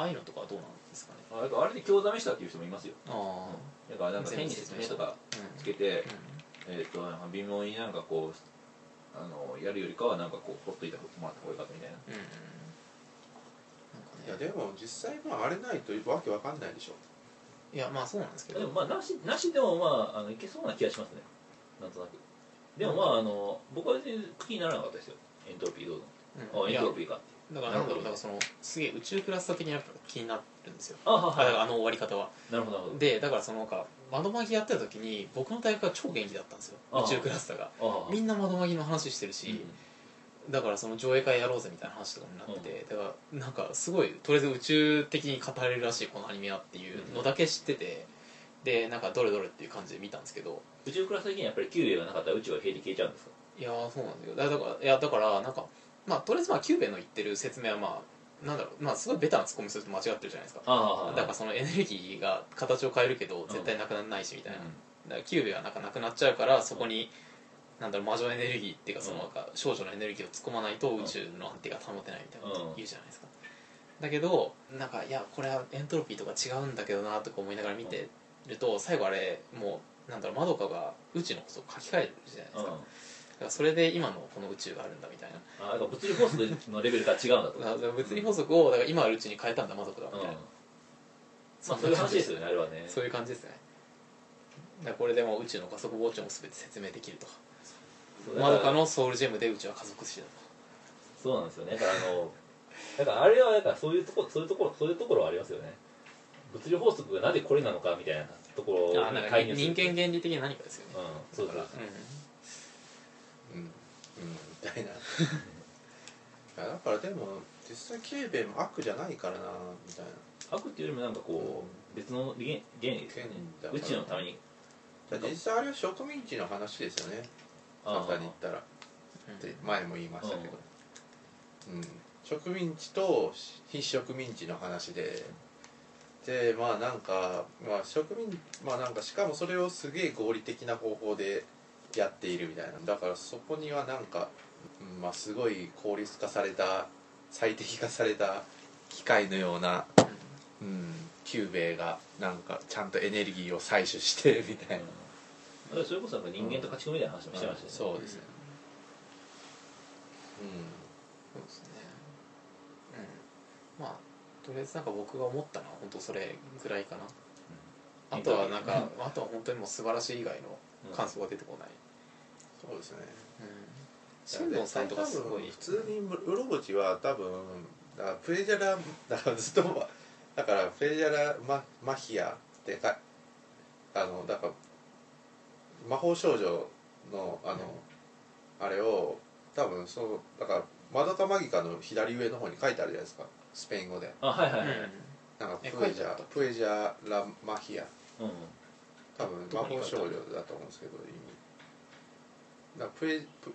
Speaker 1: ああいうのとかはどうなんですかね
Speaker 3: あなんかあれで興ざめしたっていう人もいますよ
Speaker 1: ああ
Speaker 3: だからなんか変に説明とかつけて、えっ、となんか微妙になんかこうあのやるよりかはなんかこうほっといてもらった方がいいかみたいな
Speaker 1: うんうんうんなん
Speaker 4: いや
Speaker 1: かね
Speaker 4: でも実際まああれないとわけわかんないでしょ
Speaker 1: いやまあそうなんですけど
Speaker 3: でもまあなしなしでもまああのいけそうな気がしますねなんとなくでもまああの僕は全然気にならなかったですよエントロピーどう
Speaker 1: う
Speaker 3: ぞ
Speaker 1: ん
Speaker 3: あ
Speaker 1: い
Speaker 3: エン
Speaker 1: や
Speaker 3: トロピーかって
Speaker 1: だからなんだろうだ
Speaker 3: な
Speaker 1: か
Speaker 3: るほど
Speaker 1: らそのすげえ宇宙クラスター的にやっぱ気になるんですよ
Speaker 3: あは
Speaker 1: あだ
Speaker 3: は
Speaker 1: からあの終わり方は
Speaker 3: なるほどなるほど
Speaker 1: でだからそのなんか窓巻きやってた時に僕の大学は超元気だったんですよ
Speaker 3: ああ
Speaker 1: 宇宙クラスターが
Speaker 3: ああ
Speaker 1: みんな窓巻きの話してるし、だからその上映会やろうぜみたいな話とかになってて、だからなんかすごいとりあえず宇宙的に語れるらしいこのアニメはっていうのだけ知ってて、でなんかどれどれっていう感じで見たんですけど
Speaker 3: 宇宙クラス的にはやっぱりキューベがなかったら宇宙は平で消えちゃうんですか
Speaker 1: いやーそうなんですよだだからいやだからなんかまあとりあえずまあキューベの言ってる説明はまあなんだろうまあすごいベタなツッコミすると間違ってるじゃないですか
Speaker 3: ああ
Speaker 1: だからそのエネルギーが形を変えるけど絶対なくならないしみたいな、だからキューベはなんかなくなっちゃうからそこになんだろう魔女エネルギーっていうかその
Speaker 3: うん
Speaker 1: なんか少女のエネルギーを突っ込まないと宇宙の安定が保てないみたいなこと
Speaker 3: うん
Speaker 1: 言うじゃないですか、だけどなんかいやこれはエントロピーとか違うんだけどなとか思いながら見てると最後あれもうなんだろうまどかが宇宙のことを書き換えるじゃないですか、だからそれで今のこの宇宙があるんだみたいな
Speaker 3: あだから物理法則のレベルとは違うんだと。
Speaker 1: だから物理法則をだから今あるうちに変えたんだ魔族がみ
Speaker 3: う
Speaker 1: た
Speaker 3: ん
Speaker 1: いな、
Speaker 3: まあそういう話ですよねあれはね
Speaker 1: そういう感じですねだからこれでもう宇宙の加速膨張も全て説明できるとか
Speaker 3: そうだ
Speaker 1: マ
Speaker 3: ら
Speaker 1: ドカのソウルジェムで宇宙は加速してたと
Speaker 3: そうなんですよねだからあのだからあれはだからそういうとこそういうところそういうところはありますよね物理法則がなぜこれなのかみたいなところ
Speaker 1: あなん
Speaker 3: に
Speaker 1: か
Speaker 3: 介入す
Speaker 1: 人
Speaker 3: る
Speaker 1: 間
Speaker 3: うん
Speaker 1: 原理的な何かですよね、
Speaker 3: そうそう
Speaker 4: だ
Speaker 3: そ
Speaker 4: か
Speaker 3: う
Speaker 4: うん、うん、みたいな いやだからでも実際警弁も悪じゃないからなみたいな
Speaker 3: 悪っていうよりもなんかこう別の原原理です
Speaker 4: 権
Speaker 3: よね
Speaker 4: 利だか
Speaker 3: 宇
Speaker 4: ら
Speaker 3: 宙のために
Speaker 4: だから実際あれは植民地の話ですよね簡単に言ったらって前も言いましたけど、うん、植民地と非植民地の話ででまあなんか、まあ、植民まあなんかしかもそれをすげえ合理的な方法でやっているみたいなだからそこにはなんか、うんまあ、すごい効率化された最適化された機械のような、うん、キューベがなんかちゃんとエネルギーを採取してみたい
Speaker 3: だ
Speaker 4: な、
Speaker 3: からそれこそなんか人間と勝ち組みたいな話もしてましたよね
Speaker 4: そうですね、うん
Speaker 1: そうですねうんまあとりあえずなんか僕が思ったのは本当それぐらいかな、あとはなんか、あとは本当にもう素晴らしい以外の
Speaker 3: うん
Speaker 1: 感想が出てこない、
Speaker 4: そうですね
Speaker 1: うん、シンドンさんとかすごい
Speaker 4: 普通にウロボチは多分だからプレジャラだからずっとだからプレジャラママヒアってかあのだから魔法少女のあの、あれを多分そうだからマドカマギカの左上の方に書いてあるじゃないですかスペイン語で
Speaker 3: あはいは
Speaker 1: う
Speaker 3: い
Speaker 1: ん
Speaker 3: はい、
Speaker 4: なんか
Speaker 1: え
Speaker 4: プエ
Speaker 1: 書い
Speaker 4: ジ
Speaker 1: てあ
Speaker 4: ャ
Speaker 1: った
Speaker 4: プエジャラマヒア
Speaker 3: うん
Speaker 4: 多分魔法少女だと思うんですけど意味だからプエプ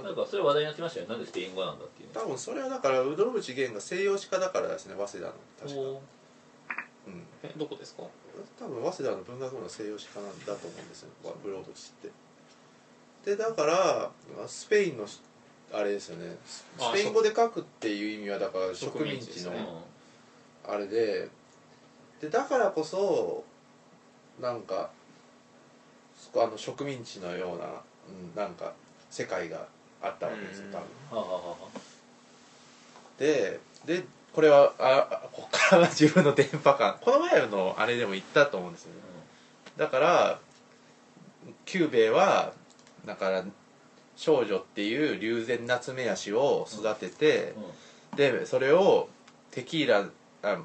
Speaker 3: うん、なんかそれ話題になってましたよねなんでスペイン語なんだっていう
Speaker 4: 多分それはだからウドロブチ源が西洋史家だからですね早稲田の確か、
Speaker 3: お
Speaker 4: うん、
Speaker 1: えどこですか
Speaker 4: 多分早稲田の文学部の西洋史家なんだと思うんですよウドロブチってでだからスペインのしあれですよねス
Speaker 1: あ
Speaker 4: スペイン語で書くっていう意味はだから植
Speaker 1: 植民
Speaker 4: 民
Speaker 1: 地で
Speaker 4: 地
Speaker 1: す
Speaker 4: の
Speaker 1: ね
Speaker 4: あれででだからこそなんかそこあの植民地のような、うん、なんか世界があったわけですよ多分
Speaker 3: うん、はあはあはあ
Speaker 4: ででこれはああここからは 自分の電波感この前のあれでも言ったと思うんですよねだから久兵衛はだから少女っていう竜禅夏目足を育てて、
Speaker 3: うんうん
Speaker 4: でそれをテキーラあ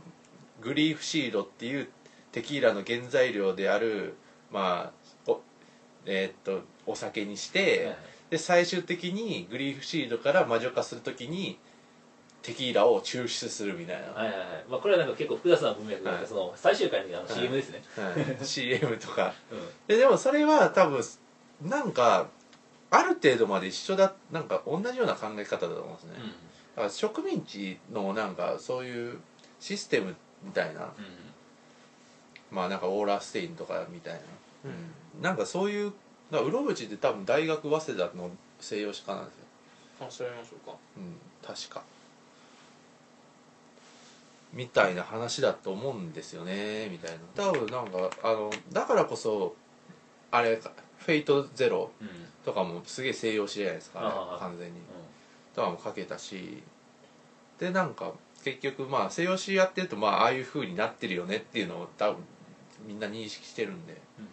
Speaker 4: グリーフシードっていうテキーラの原材料であるまあおえーっとお酒にして、
Speaker 3: はいはい
Speaker 4: で最終的にグリーフシードから魔女化するときにテキーラを抽出するみたいな、
Speaker 3: はいはいはい、まあ、これはなんか結構複雑な文脈で、
Speaker 4: はい
Speaker 3: その最終回のあの
Speaker 4: はい
Speaker 3: CM ですね、
Speaker 4: はい CM とか
Speaker 3: うん
Speaker 4: ででもそれは多分なんかある程度まで一緒だなんか同じような考え方だと思うんですね、だから植民地のなんかそういうシステムみたい
Speaker 3: う
Speaker 4: な
Speaker 3: ん
Speaker 4: まあなんかオーラステインとかみたいな、なんかそういうだからウロブチって多分大学早稲田の西洋史家なんですよ
Speaker 1: あ調べましょうか
Speaker 4: うん確かみたいな話だと思うんですよねみたいな多分なんかあのだからこそあれか「フェイトゼロ
Speaker 3: うんうん
Speaker 4: とかもすげえ西洋史じゃないですか、
Speaker 3: あはは
Speaker 4: 完全にとかもかけたしでなんか結局まあ西洋史やってるとまあああいう風になってるよねっていうのを多分みんな認識してるんで
Speaker 3: うん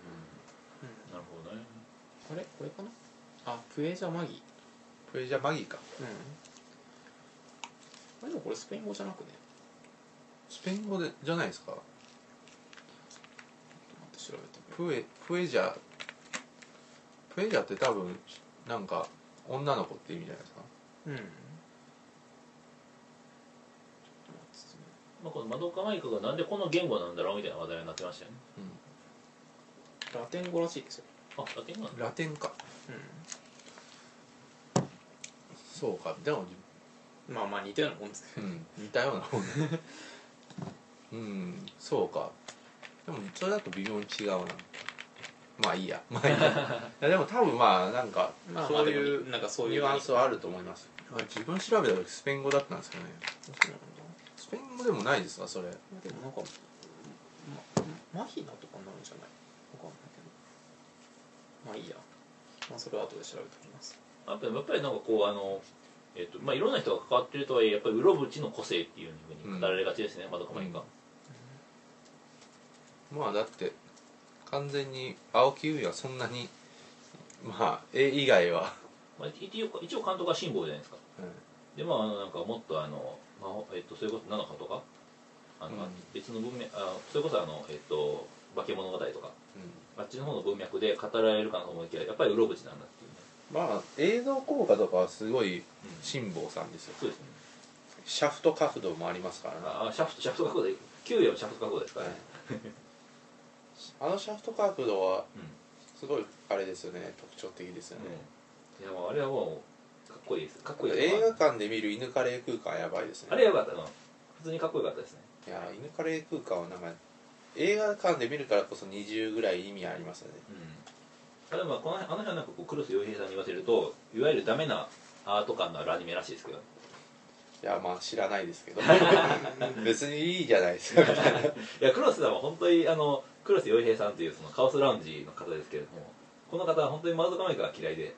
Speaker 3: なるほどね
Speaker 1: あれこれかなあプエジャマギ
Speaker 4: これじゃマギか
Speaker 1: うんあれでもこれスペイン語じゃなくね
Speaker 4: スペイン語でじゃないですか
Speaker 1: ちょっと待って調べてみよ
Speaker 4: プエプエジャプエジャって多分なんか女の子って意味じゃないですか
Speaker 1: ううん
Speaker 3: まあ、このマドカマイクがなんでこの言語なんだろうみたいな話題になってましたよね
Speaker 1: ラテン語らしいですよ
Speaker 3: あラテン語なんだ
Speaker 4: ラテンか
Speaker 1: う
Speaker 4: そうかでも、
Speaker 1: んまあまあ似たようなもんですけ
Speaker 4: うん、似たようなもんねうんそうかでもそれだと微妙に違うなまあいいやまあいいやいやでも多分まあなんか
Speaker 1: まあ、
Speaker 4: そう
Speaker 1: ま
Speaker 4: い
Speaker 1: あで
Speaker 4: う
Speaker 1: もなんかそうい
Speaker 4: ニ
Speaker 1: う
Speaker 4: ュアンスはあると思いますまあ自分調べた時スペイン語だったんですよねスペイン語でもないですわそれ
Speaker 1: まあでもなんかま麻痺なとかになるんじゃないわかんないけどまあいいや、まあ、それは後で調べておきます
Speaker 3: あとやっぱりなんかこうあのえっとまあいろんな人が関わってるとはいえやっぱりウロブチの個性っていうふうに語られがちですね、まどかまりが、
Speaker 4: まあだって完全に青木優也はそんなにまあ絵以外は、
Speaker 3: まあ、一応一応監督は辛抱じゃないですかでまああのなんかもっとあの、まあえっと、それこそ菜の花とかあの、
Speaker 4: うん
Speaker 3: 別の文脈あそれこそあの、えっと「化け物語」とか
Speaker 4: うん
Speaker 3: あっちの方の文脈で語られるかなと思いきややっぱりウロブチなんだっていうね、
Speaker 4: まあ映像効果とかはすごい
Speaker 3: うん
Speaker 4: 辛坊さんですよ
Speaker 3: そうですね
Speaker 4: シャフト角度もありますからね
Speaker 3: ああシャフトシャフト覚悟で給与はシャフト覚悟ですからね、
Speaker 4: あのシャフト角度は
Speaker 3: うん
Speaker 4: すごいあれですよね特徴的ですよね、
Speaker 3: うん、いやもうあれはもうかっこいいですかっこいい
Speaker 4: 映画館で見る犬カレー空間はやばいですね
Speaker 3: あれやばかったな普通にかっこよかったですね
Speaker 4: いや犬カレー空間はなんか映画館で見るからこそ20ぐらい意味ありますよね
Speaker 3: うんただまあこの辺あの辺はなんかこう黒瀬洋平さんに言わせるといわゆるダメなアート感のあるアニメらしいですけど
Speaker 4: いやまあ知らないです けど別にいいじゃないですかみたいない
Speaker 3: や黒瀬さんは本当にあの黒瀬洋平さんというそのカオスラウンジの方ですけれどもこの方は本当にマドカメイカが嫌いで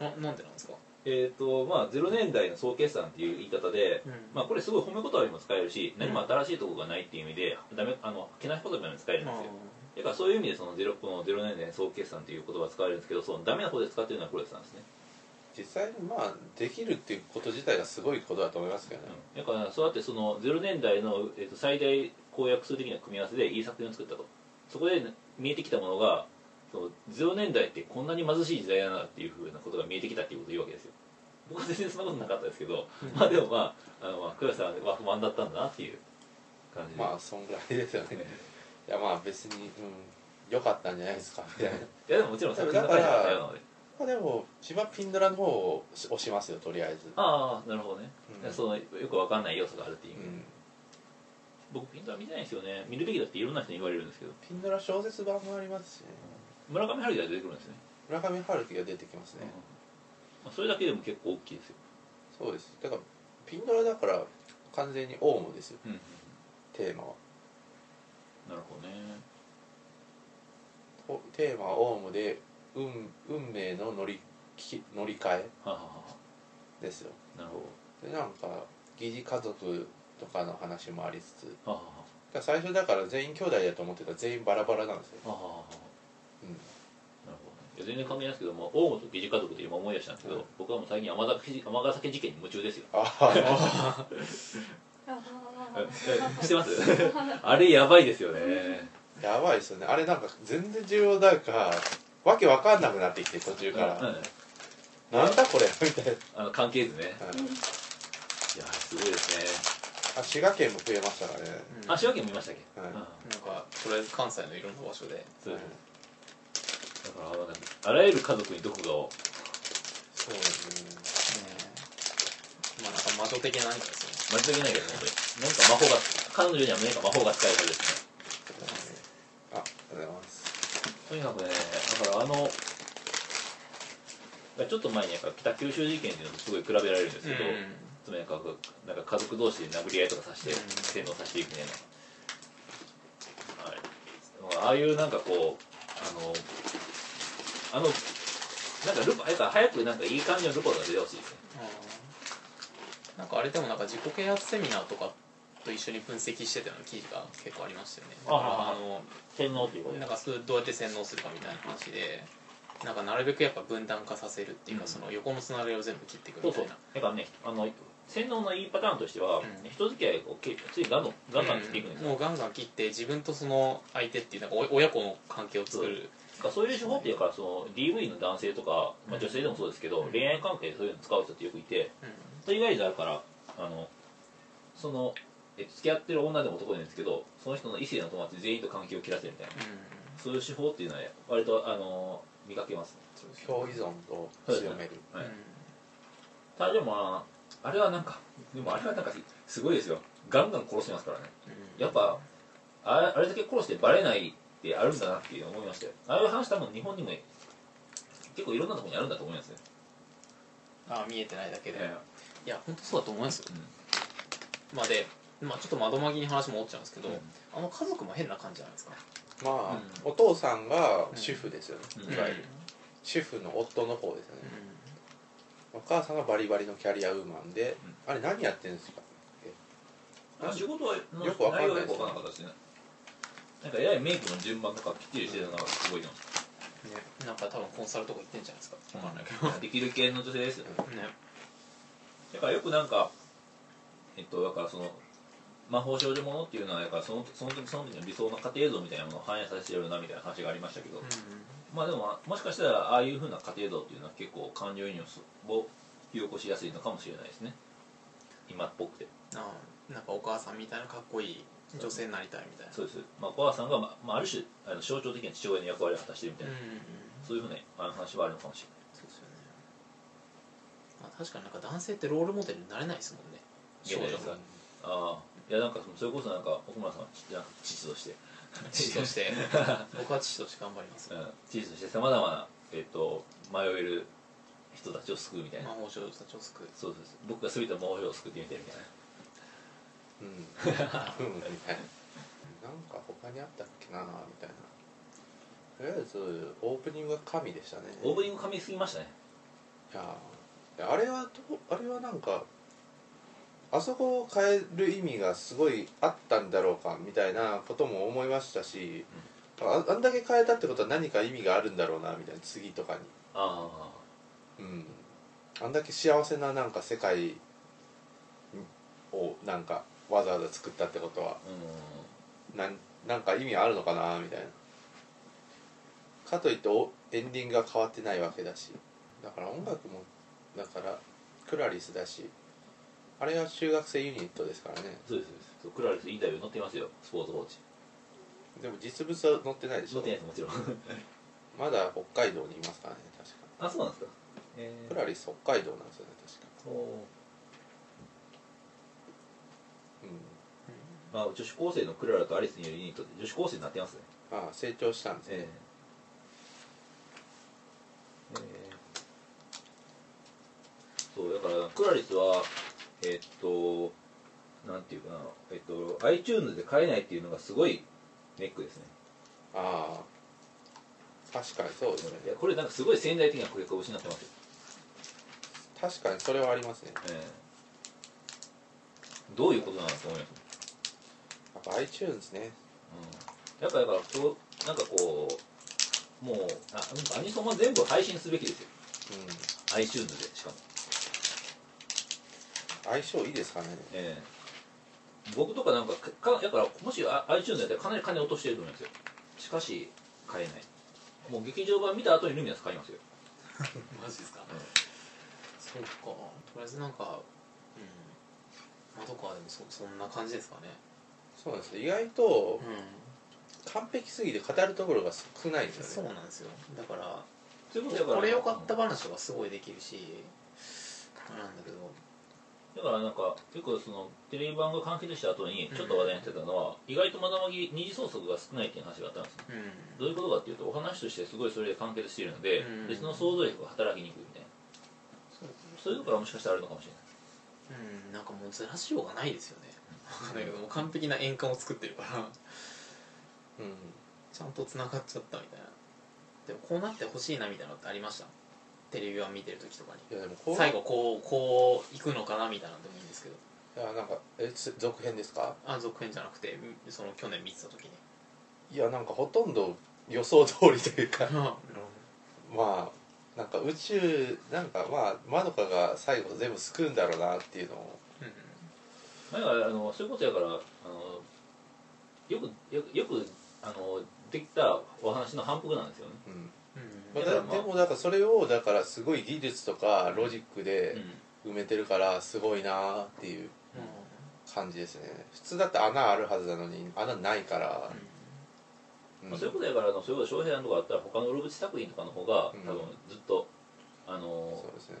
Speaker 1: ななんでなんですか、
Speaker 3: えっ、とまあ0年代の総決算っていう言い方で
Speaker 1: うん
Speaker 3: まあこれすごい褒め言葉にも使えるし何も新しいところがないっていう意味でダメあのけなし言葉にも使えるんですよだからそういう意味でそのゼロこのゼロ年代総決算という言葉を使われるんですけどそのダメな方で使ってるのは黒田さんですね、
Speaker 4: 実際にまあできるっていうこと自体がすごいことだと思いますけどね、
Speaker 3: だからそうやってそのゼロ年代の、えっと最大公約数的な組み合わせでいい作品を作ったとそこで見えてきたものがそのゼロ年代ってこんなに貧しい時代だなっていうふうなことが見えてきたっていうことを言うわけですよ僕は全然そんなことなかったですけど、まあでもまああのまあ黒田さんは不満だったんだなっていう感じで、
Speaker 4: まあそんぐらいですよねいやまあ別にうん良かったんじゃないですかみたいな
Speaker 3: いやでももちろん作品の会社は多様なので
Speaker 4: まあでも千葉ピンドラの方を押しますよとりあえず
Speaker 3: ああなるほどね、
Speaker 4: うん
Speaker 3: そのよくわかんない要素があるっていう意
Speaker 4: う
Speaker 3: 味で、
Speaker 4: ん
Speaker 3: 僕ピントは見てないんですよね見るべきだっていろんな人に言われるんですけど
Speaker 4: ピンドラ小説版もありますしね
Speaker 3: 村上春樹が出てくるんですね
Speaker 4: 村上春樹が出てきますね、
Speaker 3: まあ、それだけでも結構大きいですよ、
Speaker 4: そうですだからピンドラだから完全にオウムですよ
Speaker 3: うんな
Speaker 4: テーマは
Speaker 3: るほどね
Speaker 4: おテーマはオウムで運運命の乗りき乗り換え
Speaker 3: はあ、はあは
Speaker 4: ですよ
Speaker 3: あ、なるほ
Speaker 4: でなんか疑似家族とかの話もありつつ
Speaker 3: どはあ、は
Speaker 4: だから最初だから全員兄弟だと思ってたら全員バラバラなんですよ、
Speaker 3: あはあ、はあはあはあ
Speaker 4: うん、
Speaker 3: なるほどねいや全然関係ないですけど、まあ、オウムと義理家族で今思い出したんですけど、
Speaker 4: うん
Speaker 3: 僕はもう最近尼崎尼崎事件に夢中ですよ
Speaker 4: ああ
Speaker 3: えしてます あれやばいですよね
Speaker 4: やばいですよねあれなんか全然重要だからわけわかんなくなってきて途中か
Speaker 3: う
Speaker 4: ら、
Speaker 3: ん
Speaker 4: なんだこれみたいな、
Speaker 3: あの関係図ねいや
Speaker 4: うん
Speaker 3: すごいですね、
Speaker 4: あ滋賀県も増えましたからね、
Speaker 1: うん
Speaker 3: あ滋賀県見ましたっけ、
Speaker 4: はい
Speaker 3: うん
Speaker 1: なんかとりあえず関西のいろんな場所で
Speaker 3: そうです
Speaker 4: うん
Speaker 3: だからなんかあらゆる家族にどこかを
Speaker 4: そうですね
Speaker 1: まあなんか魔女的な何かですよね
Speaker 3: 間違いないけど本当に何か魔法が彼女には何か魔法が使えるはずですね
Speaker 4: あありがとうございます
Speaker 3: とにかくねだからあのちょっと前になんか北九州事件っていうのとすごい比べられるんですけど、つまりなんかなんか家族同士で殴り合いとかさせて
Speaker 1: うん
Speaker 3: 洗脳させていくねはいああいうなんかこうあのあのなんかルパなんか早くなんかいい感じのルパが出てほしいですね
Speaker 1: なんかあれでもなんか自己啓発セミナーとかと一緒に分析してたような記事が結構ありましたよねだから
Speaker 3: あ
Speaker 1: あ
Speaker 3: あ洗脳っていうこ
Speaker 1: のなんかそれどうやって洗脳するかみたいな話でなんかなるべくやっぱ分断化させるっていうか、
Speaker 3: うん
Speaker 1: その横のつながりを全部切っていく
Speaker 3: そう
Speaker 1: み
Speaker 3: そ
Speaker 1: た
Speaker 3: う
Speaker 1: いな
Speaker 3: だからねあの洗脳のいいパターンとしては、
Speaker 1: うん
Speaker 3: 人付き合いをけついガンガンガンガン切っていくんですよ、
Speaker 1: もうガンガン切って自分とその相手っていうなんかお親子の関係を作る
Speaker 3: かそういう手法っていうかその DV の男性とか、まあ、女性でもそうですけど、
Speaker 1: うん
Speaker 3: 恋愛関係でそういうの使う人ってよくいて
Speaker 1: うん
Speaker 3: それ以外であるからあのそのえ付き合ってる女でも男でもいいんですけどその人の異性の友達全員と関係を切らせるみたいなそういう手法っていうのは割とあの見かけますね
Speaker 4: 共依存を強める、
Speaker 1: うん
Speaker 3: は
Speaker 1: う
Speaker 3: い
Speaker 1: ん
Speaker 3: ただでもまああれはなんかでもあれはなんかすごいですよガンガン殺してますからね
Speaker 1: うん
Speaker 3: やっぱあれあれだけ殺してバレないってあるんだなっていうのを思いましたよああいう話多分日本にも結構いろんなところにあるんだと思いますね、
Speaker 1: あ見えてないだけで、
Speaker 3: え
Speaker 1: いや本当そうだと思いますよ
Speaker 3: え、
Speaker 1: まあで、まあ、ちょっと窓紛に話戻っちゃうんですけど、
Speaker 3: うん
Speaker 1: あの家族も変な感じじゃないですか、
Speaker 4: まあ、お父さんが主婦ですよね、
Speaker 3: うん
Speaker 4: いわゆる主婦の夫の方ですよね、お母さんがバリバリのキャリアウーマンで、あれ何やってるんですか
Speaker 3: あ仕事はの
Speaker 4: よくわかんない
Speaker 3: 内容はよくわからなかったですねなんかえらいメイクの順番とかきっちりしてるのが覚えてます
Speaker 1: うんなんか多分コンサルとか行ってんじゃないですか
Speaker 3: わかんないけどできる系の女性ですよね
Speaker 1: ね
Speaker 3: だからよくなんかえっとだからその魔法少女ものっていうのはだからそのその時その時の理想の家庭像みたいなものを反映させてるなみたいな話がありましたけど、まあでももしかしたらああいうふうな家庭像っていうのは結構感情移入を引き起こしやすいのかもしれないですね今っぽくて
Speaker 1: ああなんかお母さんみたいなかっこいい女性になりたいみたいな
Speaker 3: そうです、まあ、お母さんが、まあまあ、ある種あの象徴的な父親の役割を果たしてるみたいな、
Speaker 1: うん
Speaker 3: そういうふうなあの話はあるのかもしれない
Speaker 1: そうですよね、まあ、確かになんか男性ってロールモデルになれないですもんね
Speaker 3: いやいやいやああいやなんかそのそれこそなんか奥村さんは父なんか父として
Speaker 1: 父として 僕は父として頑張ります
Speaker 3: うん父としてさまざまな、えっと迷える人たちを救うみたいな、
Speaker 1: 魔法少女たちを救う
Speaker 3: そうです僕が全ての魔法を救ってみてるみたいな
Speaker 4: うん うんみたいななんか他にあったっけなみたいなとりあえずオープニングが神でしたね
Speaker 3: オープニング噛みすぎましたね
Speaker 4: いやーあれはどうあれはなんかあそこを変える意味がすごいあったんだろうかみたいなことも思いましたし、ああんだけ変えたってことは何か意味があるんだろうなみたいな次とかに
Speaker 3: あ
Speaker 4: うん、あんだけ幸せななんか世界をなんかわざわざ作ったってことは
Speaker 3: あう
Speaker 4: なんなんか意味あるのかなみたいなかといっておエンディングが変わってないわけだしだから音楽もだからクラリスだしあれは中学生ユニットですからね
Speaker 3: んそうですそうですそうクラリスインタビュー載ってますよスポーツ報知
Speaker 4: でも実物は載ってないでし
Speaker 3: 載っ
Speaker 4: ょ
Speaker 3: てないですもちろん
Speaker 4: まだ北海道にいますからね確か
Speaker 6: あそうなんですかえ
Speaker 4: クラリス北海道なんですよね確か
Speaker 6: ー、お
Speaker 4: うん
Speaker 3: まあ女子高生のクララとアリスによるユニットで女子高生になってますね
Speaker 4: ああ成長したんですね、
Speaker 3: え
Speaker 6: え
Speaker 3: そうだからクラリスはえっとなんていうかなえっと iTunes で買えないっていうのがすごいネックですね
Speaker 4: ああ確かにそうですね
Speaker 3: いやこれなんかすごい潜在的な顧客を失ってますよ、
Speaker 4: 確かにそれはありますね
Speaker 3: ええどういうことなのかと思います
Speaker 4: やっぱ iTunes ね
Speaker 3: うん、やっぱだからこうなんかこうもうあなんかアニソンは全部配信すべきですよ iTunes でしかも、
Speaker 4: うん相性いいですかね
Speaker 3: ええ僕とかなんかかだからもしあ iTunes だったらかなり金落としてると思いますよしかし買えないもう劇場版見た後にルミナス買いますよ
Speaker 1: マジですか、
Speaker 3: うん
Speaker 1: そうかとりあえずなんかうん窓かでもそそんな感じですかね
Speaker 4: そうなんですね意外と
Speaker 1: う
Speaker 4: 完璧すぎて語るところが少ないんです
Speaker 1: そ
Speaker 4: よ
Speaker 1: う
Speaker 4: ね
Speaker 1: なんですよだから
Speaker 3: ということでだから
Speaker 1: これ良かった話とかすごいできるしあれなんだけど
Speaker 3: だからなんか結構そのテレビ版が完結した後にちょっと話題になってたのは、意外とまだまぎ二次創作が少ないっていう話があったんですね
Speaker 1: う
Speaker 3: どういうことかっていうとお話としてすごいそれで完結しているので、
Speaker 1: うん
Speaker 3: 別の想像力が働きにくいみたいなそういうところはもしかしたらあるのかもしれない
Speaker 1: ん、うん、なんかもうずらしようがないですよねわかんないけどもう完璧な円環を作ってるから
Speaker 4: うん
Speaker 1: ちゃんと繋がっちゃったみたいなでもこうなってほしいなみたいなのってありましたテレビ版見てる時とか
Speaker 4: いやでもこ
Speaker 1: に
Speaker 4: う
Speaker 1: 最後こうこう行くのかなみたいなのでもいいんですけど
Speaker 4: いやなんかえつ続編ですか
Speaker 1: あ続編じゃなくてみその去年見てた時に
Speaker 4: いやなんかほとんど予想通りというか
Speaker 1: あ
Speaker 4: まあなんか宇宙なんかまあまどかが最後全部救うんだろうなっていうのを
Speaker 3: 前はあのそういうことやからあのよくよくよくあのできたお話の反復なんですよね、
Speaker 4: うん
Speaker 1: うん
Speaker 4: ま
Speaker 3: だ
Speaker 4: あ
Speaker 3: か
Speaker 4: だ
Speaker 3: らまあ
Speaker 4: でもだからそれをだからすごい技術とかロジックで埋めてるからすごいなっていう
Speaker 1: うん
Speaker 4: 感じですね普通だって穴あるはずなのに穴ないから、うん
Speaker 3: まあ、そういうことやからあのそういうこと翔平さんとかあったら他のウルブチ作品とかの方が
Speaker 4: うん
Speaker 3: 多分ずっと、あ
Speaker 4: そ
Speaker 3: の
Speaker 4: うですね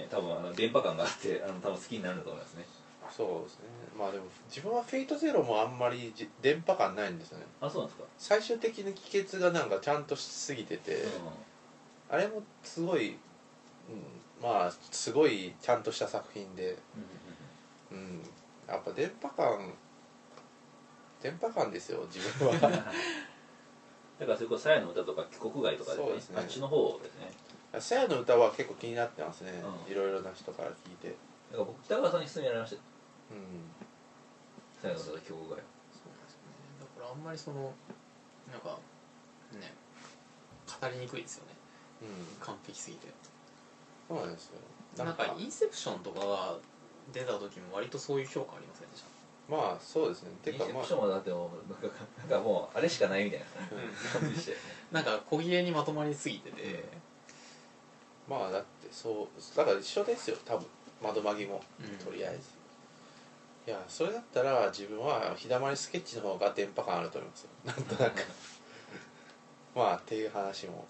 Speaker 3: ね多分あの電波感があってあの多分好きになると思いますね
Speaker 4: そうですねまあでも自分はフェイトゼロもあんまりじ電波感ないんですよね
Speaker 3: あそうなんですか、
Speaker 4: 最終的に帰結がなんかちゃんとしすぎてて、あれもすごい、うん、まあすごいちゃんとした作品で、
Speaker 3: うん
Speaker 4: うん、やっぱ電波感電波感ですよ自分 は
Speaker 3: だからそれこそ「さやの歌」とか「帰国外」とか
Speaker 4: そう
Speaker 3: で
Speaker 4: ですす
Speaker 3: ね
Speaker 4: ね
Speaker 3: あっちの方ですね
Speaker 4: さやの歌は結構気になってますね、
Speaker 3: うん
Speaker 4: いろいろな人から聞いて、
Speaker 6: だから僕北川さんに勧められましたよ
Speaker 4: うん、
Speaker 6: さやの歌と曲がよ
Speaker 1: そうなんですよねだからあんまりそのなんかね語りにくいですよね
Speaker 4: うん、
Speaker 1: 完璧すぎて
Speaker 4: そうなんですよ
Speaker 1: なんかインセプションとかが出た時も割とそういう評価ありませんでし
Speaker 4: まあそうですね
Speaker 6: イ
Speaker 4: て
Speaker 6: ン
Speaker 4: か
Speaker 6: セ
Speaker 4: まあ
Speaker 6: プションはだってもうなんかなんかもうあれしかないみたいな
Speaker 1: た、
Speaker 6: 感じで したよね
Speaker 1: なんか小切れにまとまりすぎてて、
Speaker 4: まあだってそうだから一緒ですよ多分窓紛も
Speaker 1: うん
Speaker 4: とりあえず、いやそれだったら自分は日だまりスケッチの方が電波感あると思いますよ なんとなくまあっていう話も、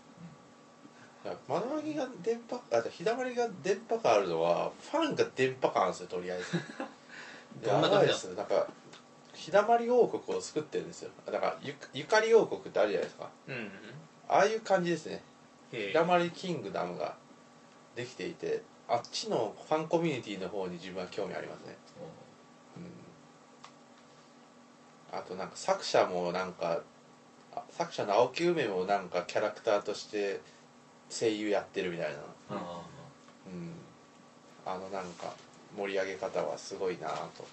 Speaker 4: いや窓紛が電波あじゃあ日だまりが電波感あるのはファンが電波感あるんですよとりあえず
Speaker 1: どんな感じなの
Speaker 4: やばいですよなんか日だまり王国を作ってるんですよだからゆゆかり王国ってあるじゃないですか
Speaker 1: うんうんへ
Speaker 4: ああいう感じですね
Speaker 1: え
Speaker 4: だまりキングダムができていてあっちのファンコミュニティの方に自分は興味ありますね、うん、あとなんか作者もなんかあ作者の青木梅もなんかキャラクターとして声優やってるみたいな、
Speaker 6: うん
Speaker 1: うん
Speaker 4: うん、あのなんか盛り上げ方はすごいなぁと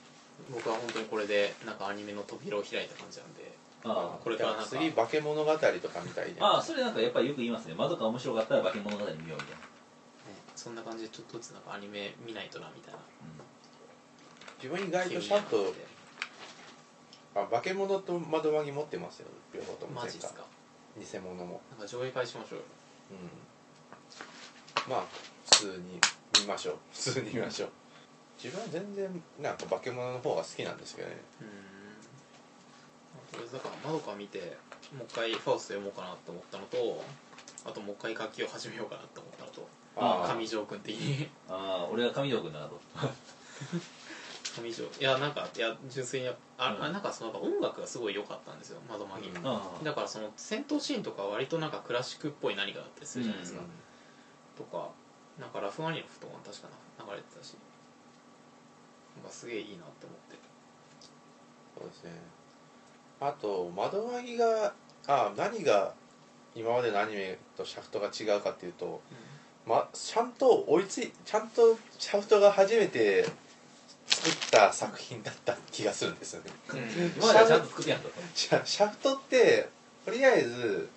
Speaker 1: 僕は本当にこれでなんかアニメの扉を開いた感じなんで
Speaker 3: あ
Speaker 1: これからなんか
Speaker 4: 次化け物語とかみたいで
Speaker 3: あああそれなんかやっぱりよく言いますね窓が面白かったら化け物語見ようみたいな、
Speaker 1: ねそんな感じでちょっとずつなんかアニメ見ないとなみたいな
Speaker 4: 自分意外とちゃん
Speaker 1: 気分にな
Speaker 4: と
Speaker 1: って
Speaker 4: あ化け物と窓紛持ってますよ両方とも
Speaker 1: マジっす
Speaker 4: 前
Speaker 1: か
Speaker 4: 回偽物も
Speaker 1: なんか上映会しましょうよ
Speaker 4: うんまあ普通に見ましょう 普通に見ましょう自分は全然なんか化け物の方が好きなんですけどね
Speaker 1: うーんとりあえずだから窓から見てもう一回「ファウスト」読もうかなと思ったのとあともう一回書きを始めようかなと思ったのと
Speaker 3: あ
Speaker 1: 上条君的に
Speaker 3: ああ俺が上条君だなと
Speaker 1: 上条いやなんかいや純粋にあ、あ
Speaker 3: うん
Speaker 1: なんかそのやっぱ音楽がすごい良かったんですよ窓紛
Speaker 4: うん
Speaker 3: あ
Speaker 1: だからその戦闘シーンとかは割となんかクラシックっぽい何かだったりするじゃないですか、とかなんかラフマニノフとかも確かな流れてたしなんかすげえいいなって思って
Speaker 4: そうですねあと窓紛があ何が今までのアニメとシャフトが違うかっていうと、ま、ちゃんと追いついちゃんとシャフトが初めて作った作品だった気がするんですよね
Speaker 3: あ
Speaker 1: うん
Speaker 3: 今まではちゃんと作ってやんと
Speaker 4: じゃあシャフトってとりあえず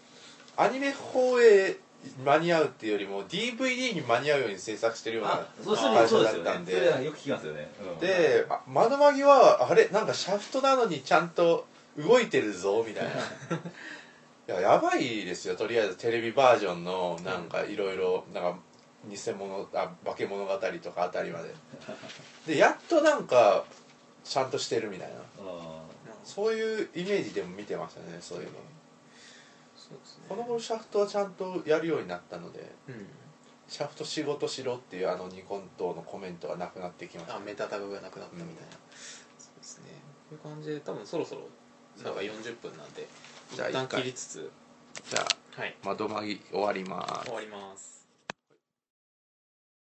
Speaker 4: アニメ放映に間に合うっていうよりも DVD に間に合うように制作してるような
Speaker 3: あそうするとそうですよ
Speaker 4: 会社だったん
Speaker 3: ね
Speaker 4: で
Speaker 3: それはよく聞きますよね、うん、
Speaker 4: であ窓紛はあれなんかシャフトなのにちゃんと動いてるぞみたいないややばいですよとりあえずテレビバージョンのなんかいろいろなんか偽物あ化け物語とかあたりまででやっとなんかちゃんとしてるみたいな
Speaker 3: あ
Speaker 4: そういうイメージでも見てましたねそういうの
Speaker 1: そうですね
Speaker 4: この頃シャフトはちゃんとやるようになったので
Speaker 1: うん
Speaker 4: シャフト仕事しろっていうあのニコン党のコメントがなくなってきました
Speaker 1: あメタタグがなくなったみたいな、そうですねこういう感じで多分そろそろなんか40分なんで一
Speaker 4: じゃあ
Speaker 1: 旦
Speaker 4: 一回
Speaker 1: 切りつつ
Speaker 4: じゃあ
Speaker 1: はい
Speaker 4: 窓紛終わります
Speaker 1: 終わります